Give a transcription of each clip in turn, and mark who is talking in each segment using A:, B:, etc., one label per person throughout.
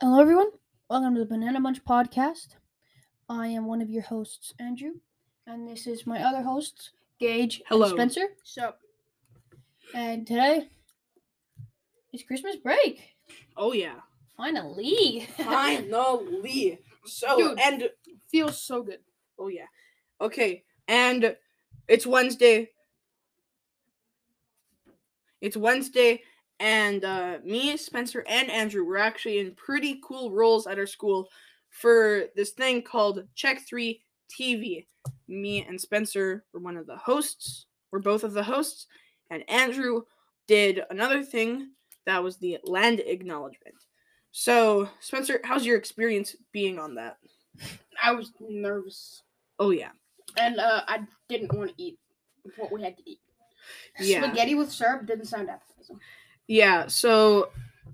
A: Hello, everyone. Welcome to the Banana Bunch podcast. I am one of your hosts, Andrew, and this is my other hosts, Gage and
B: Hello.
A: Spencer.
B: So,
A: And today is Christmas break.
B: oh yeah,
A: Finally.
B: finally. So
A: Dude.
B: and
A: Feels so good.
B: oh yeah, okay. And it's Wednesday. It's Wednesday, and uh, me, Spencer, and Andrew were actually in pretty cool roles at our school for this thing called Check Three TV. Me and Spencer were one of the hosts. We're both of the hosts, and Andrew did another thing that was the land acknowledgement. So, Spencer, how's your experience being on that?
C: I was nervous,
B: Oh yeah,
C: and uh, I didn't want to eat what we had to eat.
B: yeah,
C: Spaghetti with syrup didn't sound appetizing.
B: yeah. So,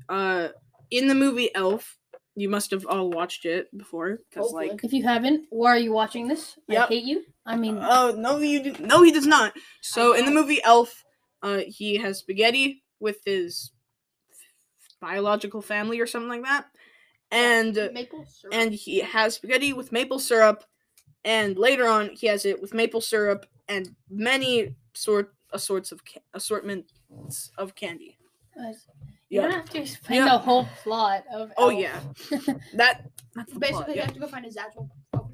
B: uh, in the movie Elf, you must have all watched it before, because
C: Hopefully.
B: like,
A: If you haven't, why are you watching this?
B: Yep.
A: I hate you. I mean,
B: oh no, you did. No, he does not. So, in the movie Elf, uh, he has spaghetti with his biological family or something like that, and
C: maple syrup.
B: and he has spaghetti with maple syrup and later on he has it with maple syrup and many sort assorts of ca- assortments of candy
A: guys, you
B: yeah.
A: don't have to explain
B: Yeah.
A: the whole plot of.
B: oh
A: Elf.
B: yeah that that's the
C: basically,
B: plot,
C: you
B: yeah,
C: have to go find his actual. father.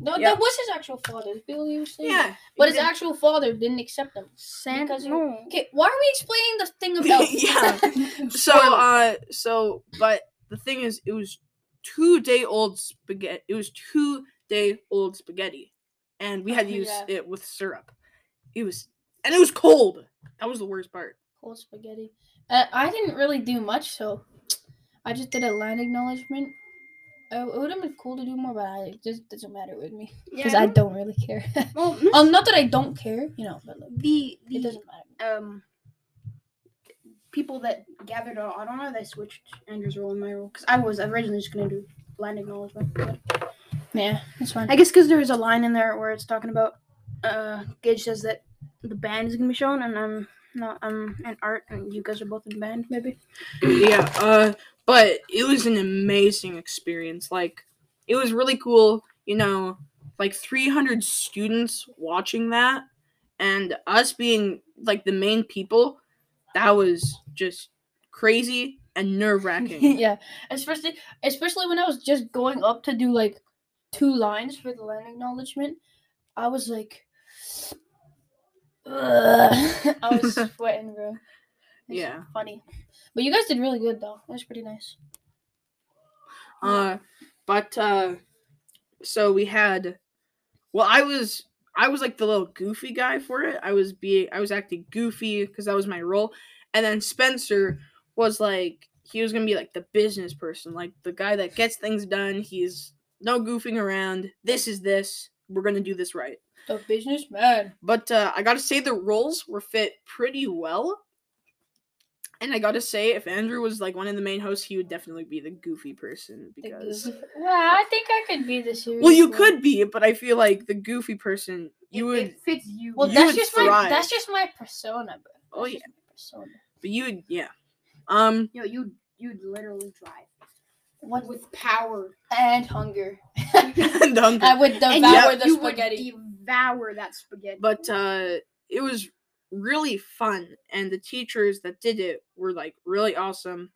A: No,
B: Yeah.
A: that was his actual father. Billy was saying.
B: yeah
A: But
B: you
A: his actual father didn't accept him.
C: Santa.
A: Because you- Okay, why are we explaining the thing of Elf?
B: did. so uh so but the thing is it was two day old spaghetti it was two day old spaghetti and we had to
A: Oh,
B: use
A: yeah.
B: it with syrup it was and it was cold that was the worst part
A: cold spaghetti. Uh, I didn't really do much, so I just did a land acknowledgement. Uh, it would have been cool to do more, but I, it just doesn't matter with me because
C: Yeah.
A: I don't really care.
C: well, Miss-
A: um, not that I don't care, you know, but like,
C: the
A: it
C: the
A: doesn't matter.
C: um people that gathered. Uh, I don't know. They switched Andrew's role and my role because I was originally just gonna do land acknowledgement. but-
A: Yeah, it's fine.
C: I guess because there was a line in there where it's talking about uh Gage says that the band is gonna be shown, and I'm not I'm an art, and you guys are both in band, maybe.
B: yeah uh but it was an amazing experience like it was really cool you know like 300 students watching that and us being like the main people that was just crazy and nerve-wracking
A: yeah, especially especially when I was just going up to do like two lines for the land acknowledgement, I was like, Ugh. I was sweating, bro. It's
B: Yeah.
A: funny. But you guys did really good though. That was pretty nice.
B: uh but uh so we had well i was i was like the little goofy guy for it i was being i was acting goofy because that was my role and then spencer was like he was gonna be like the business person like the guy that gets things done he's no goofing around this is this we're gonna do this right
A: The businessman.
B: but uh, I gotta say the roles were fit pretty well. And I gotta say, if Andrew was like one of the main hosts, he would definitely be the goofy person
A: The
B: because.
A: goofy- Well, I think I could be the serious.
B: Well, you
A: one.
B: could be, but I feel like the goofy person, you would,
C: fits you.
A: Well,
B: you
A: that's
B: would
A: just my
B: thrive.
A: that's just my persona, bro.
B: Oh,
A: That's
B: yeah.
A: just my persona.
B: but you would, yeah. Um,
C: yo, you you'd literally drive
A: What
C: with power.
A: and hunger.
B: and hunger.
A: I would
C: And
A: devour
C: you,
A: the
C: you
A: spaghetti.
C: would devour that spaghetti.
B: but uh, it was really fun, and the teachers that did it were like really awesome.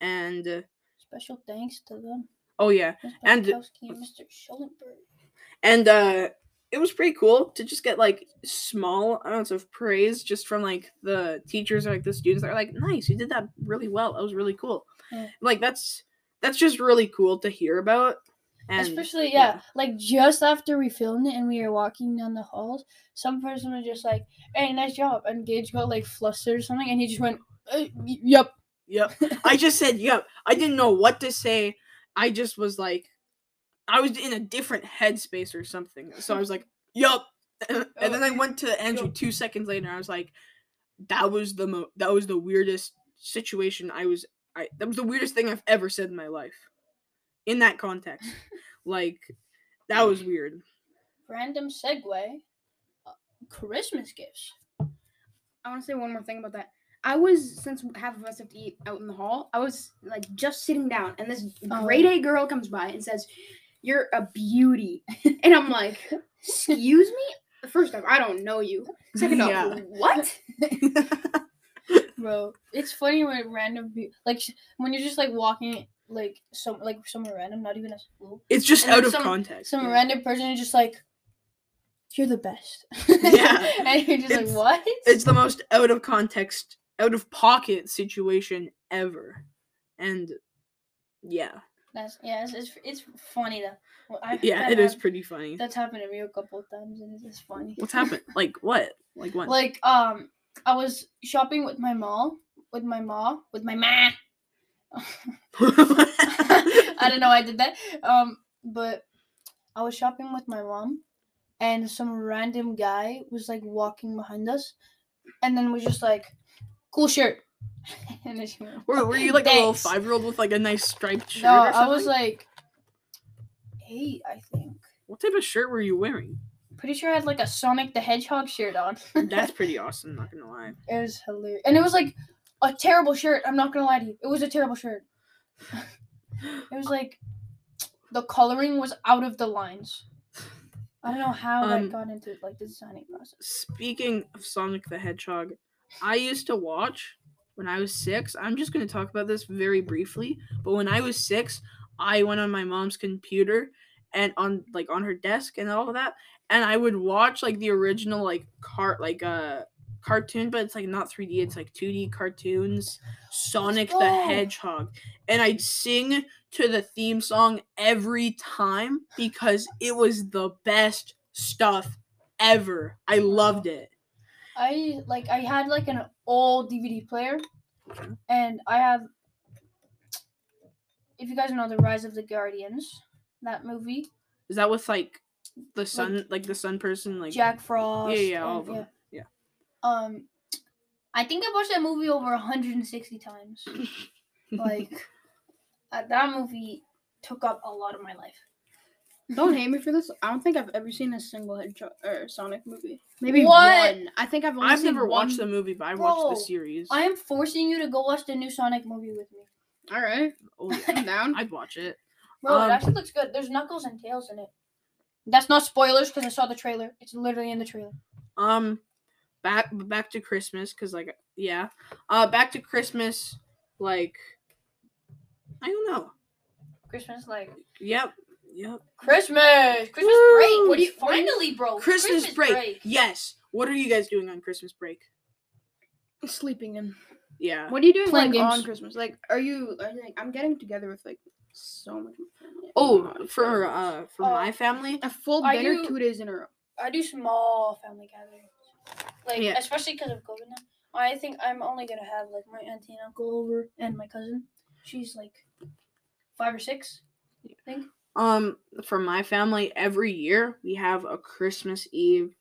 B: And uh,
A: Special thanks to them.
B: oh yeah,
A: Mr.
B: And-
A: Bukowski and Mr. Schulenberg.
B: and uh it was pretty cool to just get like small amounts of praise just from like the teachers or like the students that are like nice you did that really well that was really cool
A: Yeah.
B: like that's that's just really cool to hear about and
A: Especially, yeah, like just after we filmed it and we were walking down the halls, some person was just like, "Hey, nice job!" And Gage got like flustered or something, and he just went, uh, y- "Yep."
B: yep i just said yep i didn't know what to say i just was like i was in a different headspace or something so i was like yep and then i went to andrew
A: Oh. Yup.
B: two seconds later and i was like that was the mo- that was the weirdest situation i was i that was the weirdest thing i've ever said in my life in that context like that was weird
A: Random segue. uh, Christmas gifts.
C: I want to say one more thing about that. I was since half of us have to eat out in the hall. I was like just sitting down, and this
A: Oh.
C: grade A girl comes by and says, "You're a beauty," and I'm like, "Excuse me." First off, I don't know you. Second off,
B: Yeah.
C: what?
A: bro. It's funny when random pe- like sh- when you're just like walking like some like somewhere random, not even at school.
B: It's just
A: And then
B: out of
A: some-
B: context.
A: Some
B: yeah.
A: random person is just like, "You're the best."
B: Yeah.
A: and you're just
B: It's-
A: like, "What?"
B: It's the most out of context, out of pocket situation ever. And yeah.
A: That's yeah. It's it's, it's funny though. Well, I,
B: Yeah,
A: that
B: it is
A: hap-
B: pretty funny.
A: That's happened to me a couple of times, and it's just funny.
B: What's happened? Like what? Like what?
A: like um i was shopping with my mom with my mom with my ma i don't know why i did that um but i was shopping with my mom and some random guy was like walking behind us and then was just like cool shirt and then she went,
B: Were, were you like a little
A: "Thanks."
B: five year old with like a nice striped shirt?
A: no
B: or
A: i was
B: something?
A: like eight i think
B: what type of shirt were you wearing?
A: pretty sure i had like a sonic the hedgehog shirt on
B: That's pretty awesome. Not gonna lie.
A: It was hilarious. And it was like a terrible shirt. I'm not gonna lie to you. It was a terrible shirt. it was like the coloring was out of the lines. I don't know how
B: Um,
A: that got into like the designing process.
B: Speaking of Sonic the Hedgehog, I used to watch when I was six. I'm just gonna talk about this very briefly. But when I was six, I went on my mom's computer and on like on her desk and all of that, and I would watch like the original like cart like uh cartoon, but it's like not 3D. It's like 2D cartoons. Sonic the
A: go.
B: Hedgehog. And I'd sing to the theme song every time because it was the best stuff ever. I loved it.
A: I like I had like an old DVD player, and I have. If you guys know the Rise of the Guardians, that movie,
B: Is that with like the sun like, the sun person like
A: Jack Frost.
B: Yeah, yeah, all
A: and-
B: of them. Yeah.
A: Um, I think I watched that movie over 160 times. like uh, that movie took up a lot of my life.
C: Don't hate me for this. I don't think I've ever seen a single Hedgehog or Sonic movie. Maybe
A: What?
C: one. I think I've only
B: I've
C: seen
B: never watched the
C: one-
B: movie, but I watched the
A: Bro,
B: series.
A: I am forcing you to go watch the new Sonic movie with me.
C: All right,
B: oh, yeah.
C: I'm down.
B: I'd watch it.
A: Bro,
B: Um,
A: it actually looks good. There's Knuckles and Tails in it. That's not spoilers because I saw the trailer. It's literally in the trailer.
B: Um, back back to Christmas because like yeah, uh, back to Christmas. Like, I don't know.
A: Christmas, like
B: Yep, yep.
A: Christmas, Christmas break. What do you
C: Woo! What do you-
A: finally, bro?
B: Christmas, break. Yes. What are you guys doing on Christmas break?
C: Sleeping in.
B: Yeah.
C: What are you doing
A: Playing
C: like on
A: games.
C: Christmas? Like, are you? Are you like, I'm getting together with like so much of my family.
B: Oh,
C: Not
B: for
C: friends.
B: uh for
A: Uh,
B: my family.
C: a full
A: Are
C: dinner
A: you-
C: two days in a row.
A: I do small family gatherings, like
B: Yeah.
A: especially because of COVID now. I think I'm only gonna have like my auntie and uncle over and my cousin. She's like five or six.
B: Um, for my family, every year we have a Christmas Eve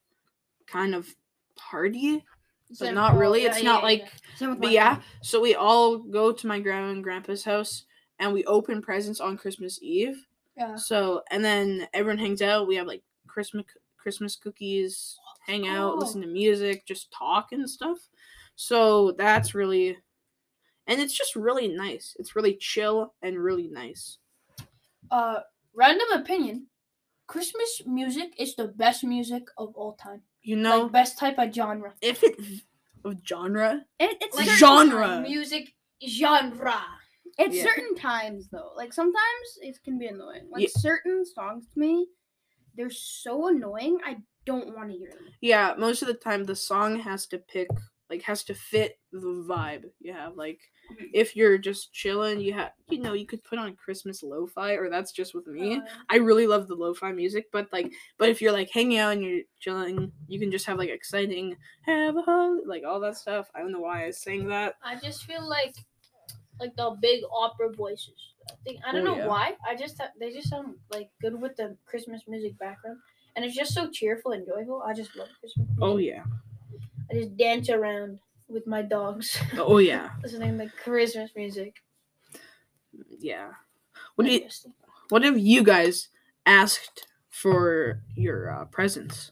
B: kind of party, but
C: Same-
B: not really.
A: yeah,
B: It's
A: yeah,
B: not
A: yeah,
B: like
A: yeah.
C: same with
B: But
C: my
B: yeah,
C: family.
B: so we all go to my grandma and grandpa's house and we open presents on Christmas Eve.
A: Yeah.
B: So and then everyone hangs out. We have like Christmas Christmas cookies, hang
A: Oh.
B: out, listen to music, just talk and stuff. So that's really and it's just really nice. It's really chill and really nice.
A: Uh, random opinion. Christmas music is the best music of all time.
B: You know,
A: Like best type of genre.
B: if it of genre,
C: It, it's
B: Like-
C: cer-
B: genre.
A: Music genre.
C: it's
B: yeah.
C: certain times though. Like sometimes it can be annoying. Like
B: Yeah.
C: certain songs to me, they're so annoying. I don't want to hear them.
B: yeah, most of the time the song has to pick like has to fit the vibe you have. Like
C: Mhm.
B: if you're just chilling, you have you know, you could put on Christmas lo-fi or that's just with me.
A: Uh,
B: I really love the lo-fi music, but like but if you're like hanging out and you're chilling, you can just have like exciting have a hol-" like all that stuff. I don't know why I sang that.
A: I just feel like like the big opera voices. I think I don't
B: Oh,
A: know
B: yeah.
A: why. I just th- they just sound like good with the Christmas music background, and it's just so cheerful and joyful. I just love Christmas. Music.
B: Oh yeah.
A: I just dance around with my dogs,
B: Oh yeah.
A: listening to Christmas music.
B: Yeah. What do you,
A: Interesting.
B: what have you guys asked for your uh, presents?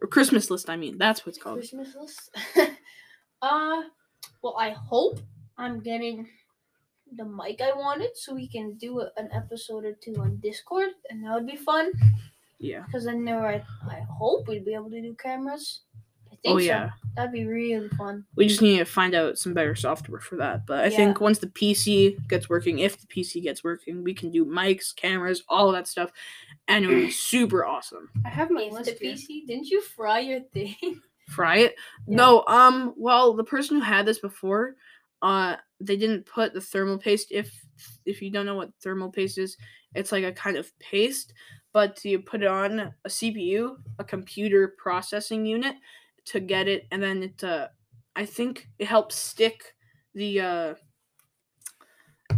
B: Or Christmas list, I mean. That's what's called.
A: Christmas list. uh, Well, I hope I'm getting the mic I wanted so we can do a, an episode or two on Discord, and that would be fun.
B: Yeah.
A: Because then there, I, I hope we'd be able to do cameras. I think
B: Oh
A: so.
B: yeah.
A: That'd be really fun.
B: We just need to find out some better software for that. But I
A: Yeah.
B: think once the PC gets working, if the PC gets working, we can do mics, cameras, all that stuff, and it would be super awesome.
A: I have my
C: Is
A: list
C: the
A: here. Didn't you fry your thing?
B: Fry it?
A: Yeah.
B: No, um, well, the person who had this before, uh, they didn't put the thermal paste. If if you don't know what thermal paste is, it's like a kind of paste, but you put it on a CPU, a computer processing unit, to get it, and then it, uh, I think it helps stick the. Uh,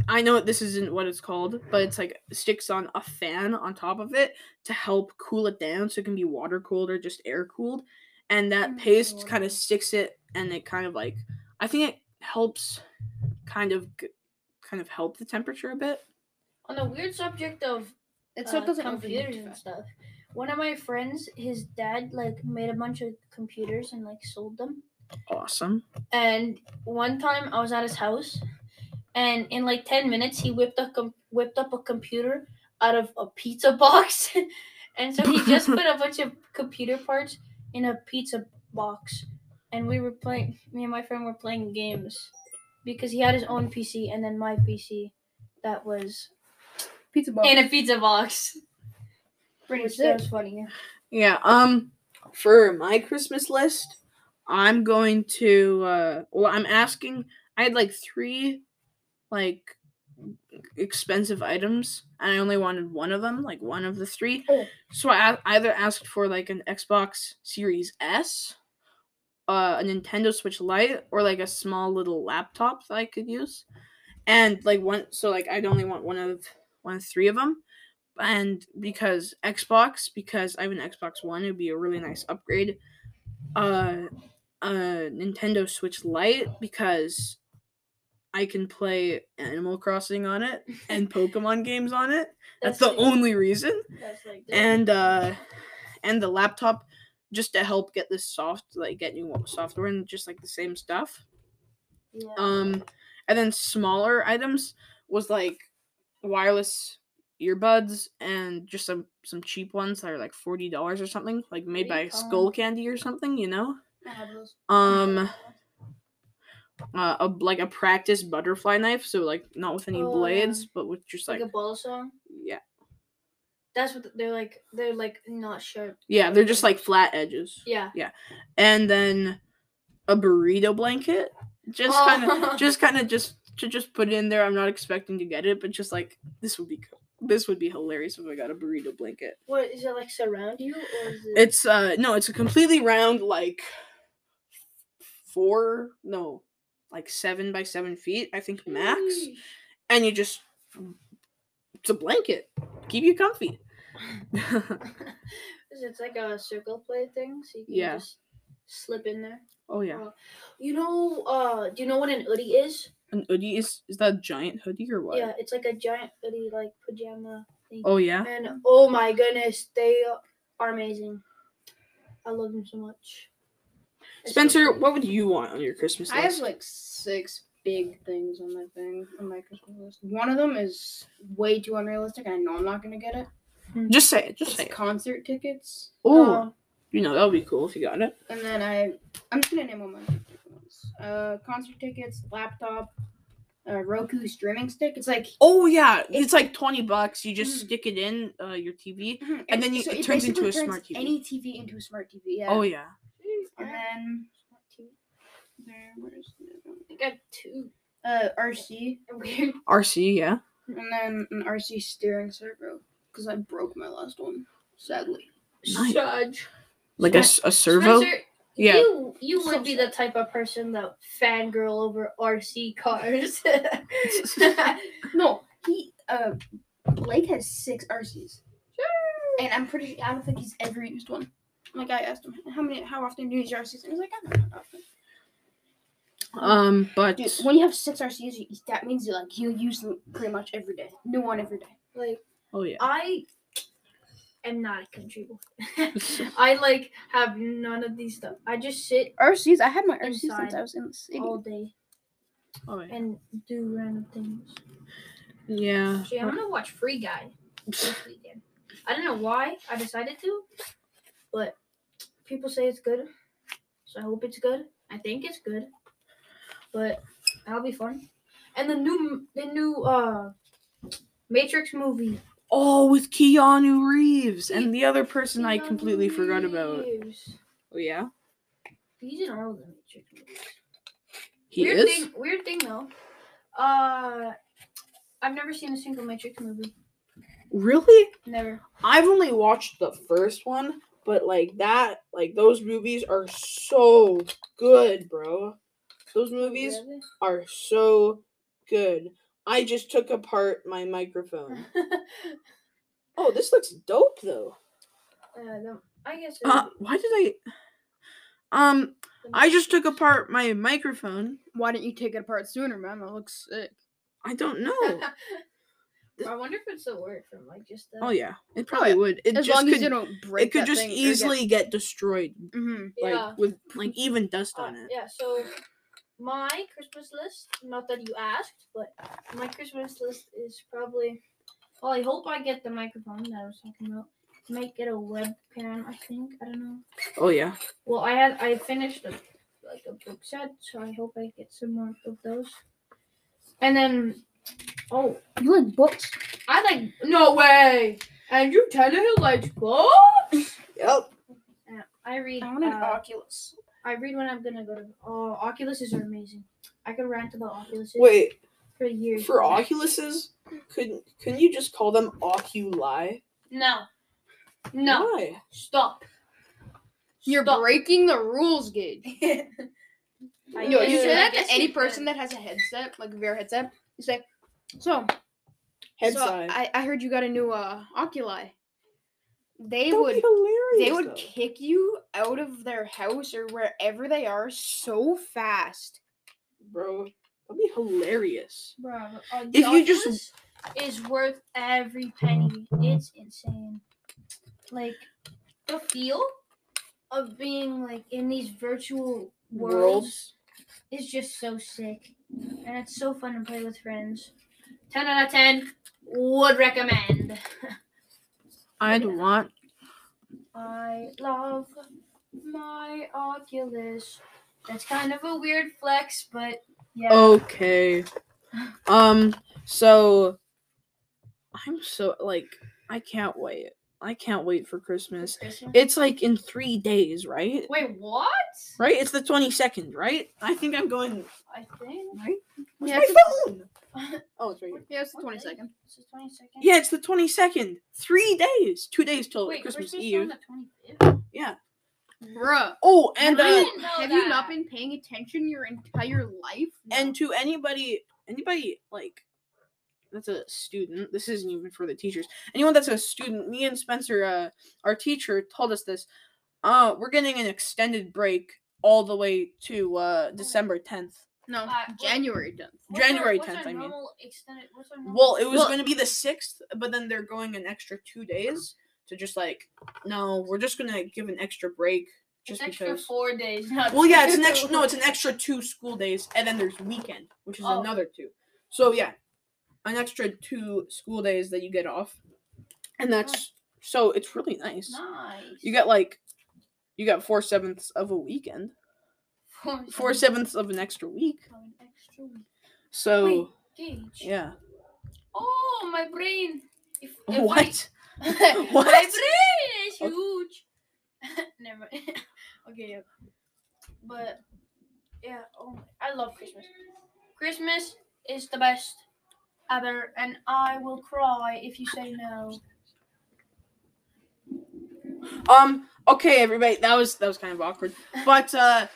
B: I know this isn't what it's called, but it's like sticks on a fan on top of it to help cool it down, so it can be water cooled or just air cooled, and that
A: Mm,
B: paste
A: water
B: kind of
A: cooled.
B: sticks it, and it kind of like I think it helps, kind of, g- kind of help the temperature a bit.
A: On the weird subject of
C: It's
A: uh, computers and stuff. One of my friends, his dad like made a bunch of computers and like sold them.
B: Awesome.
A: And one time I was at his house, and in like ten minutes he whipped up com- whipped up a computer out of a pizza box, and so he just put a bunch of computer parts in a pizza box, and we were playing. Me and my friend were playing games because he had his own PC and then my PC that was
C: Pizza box.
A: in a pizza box.
C: Pretty
A: Which
C: sick.
A: That was funny.
B: Yeah, um for my Christmas list, I'm going to uh well I'm asking I had like 3 like expensive items and I only wanted one of them, like one of the 3.
A: Oh.
B: So I a- either asked for like an Xbox Series S, uh, a Nintendo Switch Lite or like a small little laptop that I could use. And like one so like I'd only want one of one of 3 of them and because Xbox, because I have an Xbox One, it'd be a really nice upgrade. Uh, a Nintendo Switch Lite because I can play Animal Crossing on it and Pokemon games on it. That's, the
A: like-
B: only reason.
A: That's like the-
B: And uh, and the laptop just to help get this soft, like get new software and just like the same stuff.
A: yeah.
B: Um, and then smaller items was like wireless earbuds and just some some cheap ones that are like forty dollars or something, like made
A: do you
B: by
A: call 'em?
B: Skull Candy or something, you know.
C: I have those.
B: Um,
A: Mm-hmm.
B: uh, a, like a practice butterfly knife, so like not with any
A: Oh, yeah.
B: blades, but with just
A: like,
B: like,
A: a ball song.
B: yeah,
A: That's what they're like. They're like not sharp.
B: yeah, they're just like flat edges,
A: Yeah.
B: and then a burrito blanket, just
C: Oh.
B: kind of, just kind of, just to just put it in there. I'm not expecting to get it, but just like this would be cool. This would be hilarious if I got a burrito blanket.
A: What is it like surround you or is it?
B: It's uh no, it's a completely round like four no, like seven by seven feet, I think max. And you just it's a blanket. Keep you comfy.
A: Is it like a circle play thing? So you can
B: Yeah.
A: just slip in there.
B: oh yeah.
A: You know, uh, do you know what an hoodie is?
B: An hoodie is is that a giant hoodie or what?
A: Yeah, it's like a giant hoodie, like pajama.
B: Oh yeah.
A: And oh my goodness, they are amazing. I love them so much.
B: Spencer, what would you want on your Christmas
C: I have
B: list?
C: like six big things on my thing on my Christmas list. One of them is way too unrealistic. and I know I'm not gonna get it.
B: just say it, just
C: It's
B: say it.
C: concert tickets.
B: Oh,
C: Um,
B: you know, that would be cool if you got it.
C: and then I, I'm just gonna name all my different ones. Uh, concert tickets, laptop, uh, Roku streaming stick. It's like,
B: Oh yeah. It's like twenty bucks. You just
C: Mm.
B: stick it in uh, your TV.
C: and
B: then you- it turns into
C: basically
B: a smart TV.
C: Any TV into a smart TV. Yeah.
B: Oh yeah.
C: And then there, where's the other one?
A: I got two
C: Uh, RC,
A: weird.
B: RC, yeah.
C: and then an RC steering servo because I broke my last one, sadly.
B: Nice.
A: Judge.
B: Like
A: Spen-
B: a, s- a servo.
A: Spencer,
B: Yeah.
A: You you
C: So
A: would be the type of person that fangirl over RC cars.
C: No, he uh Blake has six RCs. And I'm pretty I don't think he's ever used one. Like I asked him how many how often do you use your RCs? And he's like, I don't know. often."
B: Um, but
C: Dude, when you have six RCs, you, that means you like you use them pretty much every day. New one every day.
A: like
B: oh yeah,
A: I am not a country boy. I like have none of these stuff. I just sit
C: RCs, I had my
A: RCs since Inside. I
C: was in the city.
A: all day.
B: Oh, wait.
C: and do random things.
B: yeah.
A: Actually, I'm gonna watch Free Guy this weekend. I don't know why I decided to, but people say it's good, so I hope it's good. I think it's good, but that'll be fun. And the new, the new uh, Matrix movie.
B: Oh, with Keanu Reeves and the other person I
A: Keanu
B: completely forgot about.
A: Reeves.
B: Oh yeah,
A: He's in all of the Matrix movies.
B: he
A: weird
B: is.
A: Thing, weird thing though. Uh, I've never seen a single Matrix movie.
B: Really?
C: Never.
B: I've only watched the first one, but like that, like those movies are so good, bro. Those movies are so good. I just took apart my microphone. Oh, this looks dope though.
A: Uh, no, I guess. it-
B: Uh, why did I? Um, I just took apart my microphone.
C: Why didn't you take it apart sooner, man? That looks sick.
B: I don't know.
A: I wonder if it's the word from like just the.
B: Oh yeah, it probably would. It
C: As
B: just
C: long
B: could,
C: as you don't break
B: it could just easily get destroyed,
C: hmm
B: like
A: yeah.
B: with like even dust
A: uh,
B: on it.
A: yeah. So my Christmas list. Not that you asked, but my Christmas list is probably. Well, I hope I get the microphone that I was talking about. Might get a webcam. I think. I don't know.
B: Oh yeah.
A: Well, I had I finished a, like a book set, so I hope I get some more of those. And then, oh,
C: You like books?
A: I like no way. Andrew Tannehill likes books.
B: Yep.
A: Yeah, I read.
D: I want an
A: uh,
D: Oculus.
A: I read when I'm gonna go to. Oh, Oculuses are amazing. I could rant about Oculuses
B: Wait,
A: for years.
B: for Oculuses, couldn't couldn't you just call them Oculi?
A: No, no,
B: Why?
A: stop.
C: You're
A: Stop.
C: breaking the rules, Gage.
A: I
C: Yo, you
A: guess-
C: say
A: I
C: that
A: guess
C: to
A: you
C: any
A: could.
C: person that has a headset, like a VR headset. You say, so,
B: Head
C: so
B: side.
C: I, I heard you got a new uh, Oculi.
B: That'd
C: They
B: be
C: would
B: hilarious.
C: they would
B: though.
C: kick you out of their house or wherever they are so fast.
B: bro. That'd be hilarious.
A: Bro, uh,
B: If you just-
A: Oculus is worth every penny. It's insane. Like the feel of being like in these virtual worlds
B: Worlds.
A: is just so sick, and it's so fun to play with friends. Ten out of ten. Would recommend.
B: I'd want.
A: I love my Oculus. That's kind of a weird flex, but yeah.
B: Oh, Okay. Um. So. I'm so like I can't wait. I can't wait for Christmas.
A: Christmas.
B: It's like in three days, right?
A: Wait, what?
B: Right? It's the 22nd, right? I think I'm going.
A: I think.
B: Right? Where's
C: Yeah,
B: my phone? oh, it's right here.
C: Yes,
A: What
C: twenty
A: day?
C: second.
A: This is twenty second.
B: Yeah, it's the 22nd. Three days. Two days till
A: Wait,
B: Christmas,
A: Christmas
B: Eve.
A: on the twenty
B: Yeah.
C: Bruh.
B: Oh, and
A: I
B: uh,
A: didn't know
C: have you not
A: that.
C: been paying attention your entire life?
B: and to anybody, anybody like that's a student. This isn't even for the teachers. Anyone that's a student, me and Spencer, uh, our teacher told us this. Uh, we're getting an extended break all the way to uh December 10th.
C: no,
A: Uh, what-
C: January tenth.
A: fifth.
B: January 10th, I mean.
A: Oh.
B: Well, it was
C: Well-
B: going to be the sixth, but then they're going an extra two days to just like, no, we're just going to give an extra break just
A: just extra
B: because.
A: four days. Not
B: Well, yeah, it's an
A: two.
B: extra. No, it's an extra two school days, and then there's weekend, which is
A: Oh.
B: another two. So yeah, an extra two school days that you get off, and that's so it's really nice.
A: nice.
B: You get like, you got four sevenths of a weekend,
A: four,
B: four
A: seven-
B: sevenths of an extra week.
A: Oh, an extra week.
B: So
A: Wait, Gage.
B: yeah,
A: Oh, my brain. If, if I-
B: what?
A: my
B: What?
A: brain is
B: Okay.
A: huge. Never. mind. okay. Yeah. But yeah. Oh, my, I love Christmas. Christmas is the best ever, and I will cry if you say no.
B: Um. Okay, everybody. That was that was kind of awkward, but uh,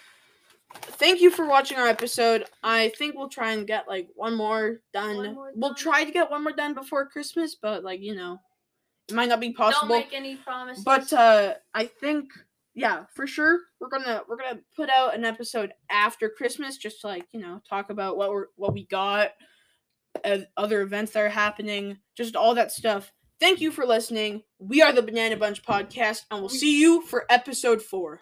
B: thank you for watching our episode. I think we'll try and get like one more done.
A: One more
B: We'll
A: done.
B: try to get one more done before Christmas, but like you know, it might not be
A: Don't
B: possible.
A: make any promises.
B: But uh, I think yeah, for sure we're gonna we're gonna put out an episode after Christmas, just to, like you know talk about what we're what we got, uh, other events that are happening, just all that stuff. Thank you for listening. We are the Banana Bunch Podcast, and we'll see you for episode four.